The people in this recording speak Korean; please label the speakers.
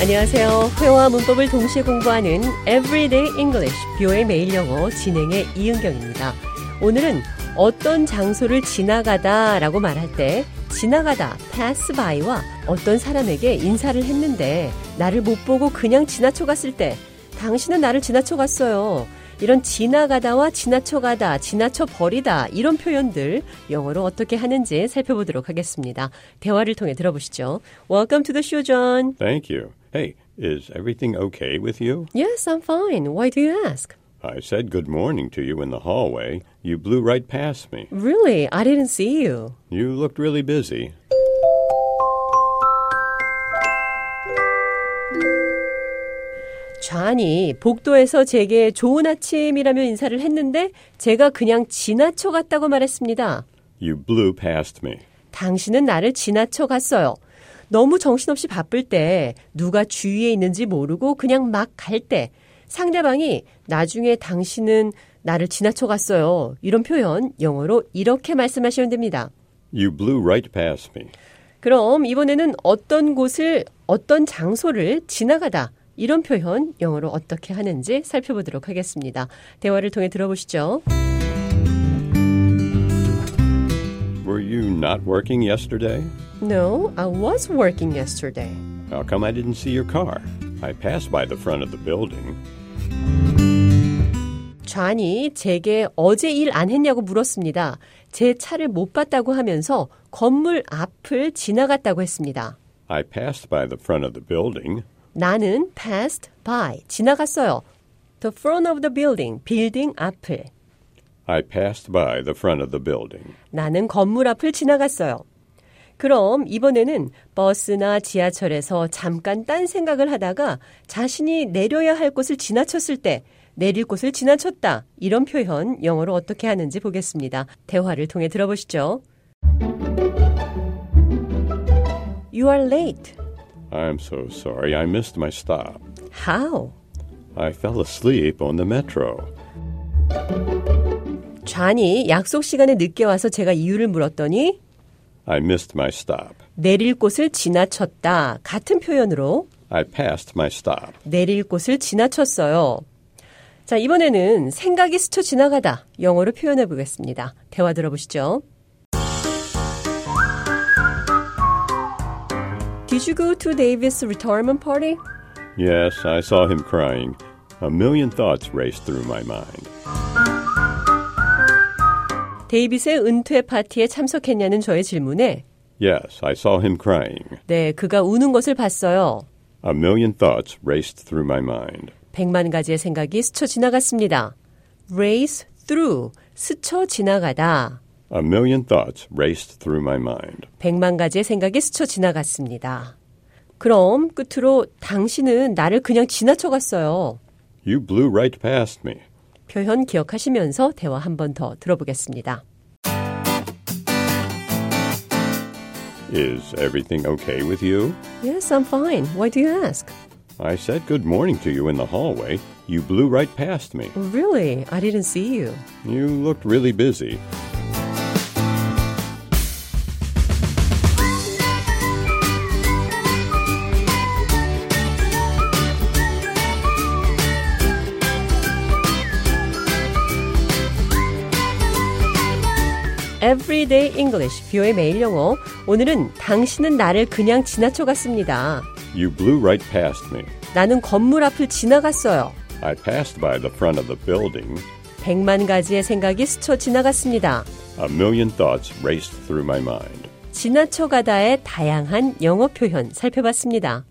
Speaker 1: 안녕하세요. 회화 문법을 동시에 공부하는 Everyday English, 뷰의 매일 영어 진행의 이은경입니다. 오늘은 어떤 장소를 지나가다 라고 말할 때 지나가다, pass by와 어떤 사람에게 인사를 했는데 나를 못 보고 그냥 지나쳐 갔을 때 당신은 나를 지나쳐 갔어요. 이런 지나가다와 지나쳐 가다, 지나쳐 버리다 이런 표현들 영어로 어떻게 하는지 살펴보도록 하겠습니다. 대화를 통해 들어보시죠. Welcome to the show, John.
Speaker 2: Thank you. Hey, is everything okay with you?
Speaker 1: Yes, I'm fine. Why do you ask?
Speaker 2: I said good morning to you in the hallway. You blew right past me.
Speaker 1: Really? I didn't see you.
Speaker 2: You looked really busy.
Speaker 1: 좌니 복도에서 제게 좋은 아침이라며 인사를 했는데 제가 그냥 지나쳐 갔다고 말했습니다.
Speaker 2: You blew past me.
Speaker 1: 당신은 나를 지나쳐 갔어요. 너무 정신없이 바쁠 때 누가 주위에 있는지 모르고 그냥 막 갈 때 상대방이 나중에 당신은 나를 지나쳐 갔어요. 이런 표현 영어로 이렇게 말씀하시면 됩니다.
Speaker 2: You blew right past me.
Speaker 1: 그럼 이번에는 어떤 곳을 어떤 장소를 지나가다 이런 표현 영어로 어떻게 하는지 살펴보도록 하겠습니다. 대화를 통해 들어보시죠.
Speaker 2: Were you not working yesterday?
Speaker 1: No, I was working yesterday.
Speaker 2: How come I didn't see your car? I passed by the front of the building.
Speaker 1: 좌니 제게 어제 일 안 했냐고 물었습니다. 제 차를 못 봤다고 하면서 건물 앞을 지나갔다고 했습니다.
Speaker 2: I passed by the front of the building.
Speaker 1: 나는 passed by 지나갔어요. The front of the building 빌딩 앞을
Speaker 2: I passed by the front of the building.
Speaker 1: 나는 건물 앞을 지나갔어요. 그럼 이번에는 버스나 지하철에서 잠깐 딴 생각을 하다가 자신이 내려야 할 곳을 지나쳤을 때 내릴 곳을 지나쳤다. 이런 표현 영어로 어떻게 하는지 보겠습니다. 대화를 통해 들어보시죠. You are late.
Speaker 2: I'm so sorry. I missed my stop.
Speaker 1: How?
Speaker 2: I fell asleep on the metro.
Speaker 1: 좌니 약속 시간에 늦게 와서 제가 이유를 물었더니
Speaker 2: I missed my stop.
Speaker 1: 내릴 곳을 지나쳤다. 같은 표현으로
Speaker 2: I passed my stop.
Speaker 1: 내릴 곳을 지나쳤어요. 자, 이번에는 생각이 스쳐 지나가다. 영어로 표현해 보겠습니다. 대화 들어보시죠. Did you go to Davis' retirement party?
Speaker 2: Yes, I saw him crying. A million thoughts raced through my mind.
Speaker 1: 데이빗의 은퇴 파티에 참석했냐는 저의 질문에
Speaker 2: Yes, I saw him crying.
Speaker 1: 네, 그가 우는 것을 봤어요.
Speaker 2: A million thoughts raced through my mind.
Speaker 1: 백만 가지의 생각이 스쳐 지나갔습니다. race through 스쳐 지나가다.
Speaker 2: A million thoughts raced through my mind.
Speaker 1: 백만 가지의 생각이 스쳐 지나갔습니다. 그럼 끝으로 당신은 나를 그냥 지나쳐 갔어요.
Speaker 2: You blew right past me.
Speaker 1: 표현 기억하시면서 대화 한 번 더 들어보겠습니다.
Speaker 2: Is everything okay with you?
Speaker 1: Yes, I'm fine. Why do you ask?
Speaker 2: I said good morning to you in the hallway. You blew right past me.
Speaker 1: Really? I didn't see you.
Speaker 2: You looked really busy.
Speaker 1: Everyday English, 뷰의 매일 영어. 오늘은 당신은 나를 그냥 지나쳐 갔습니다.
Speaker 2: You blew right past me.
Speaker 1: 나는 건물 앞을 지나갔어요.
Speaker 2: I passed by the front of the building.
Speaker 1: 백만 가지의 생각이 스쳐 지나갔습니다.
Speaker 2: A million thoughts raced through my mind.
Speaker 1: 지나쳐 가다의 다양한 영어 표현 살펴봤습니다.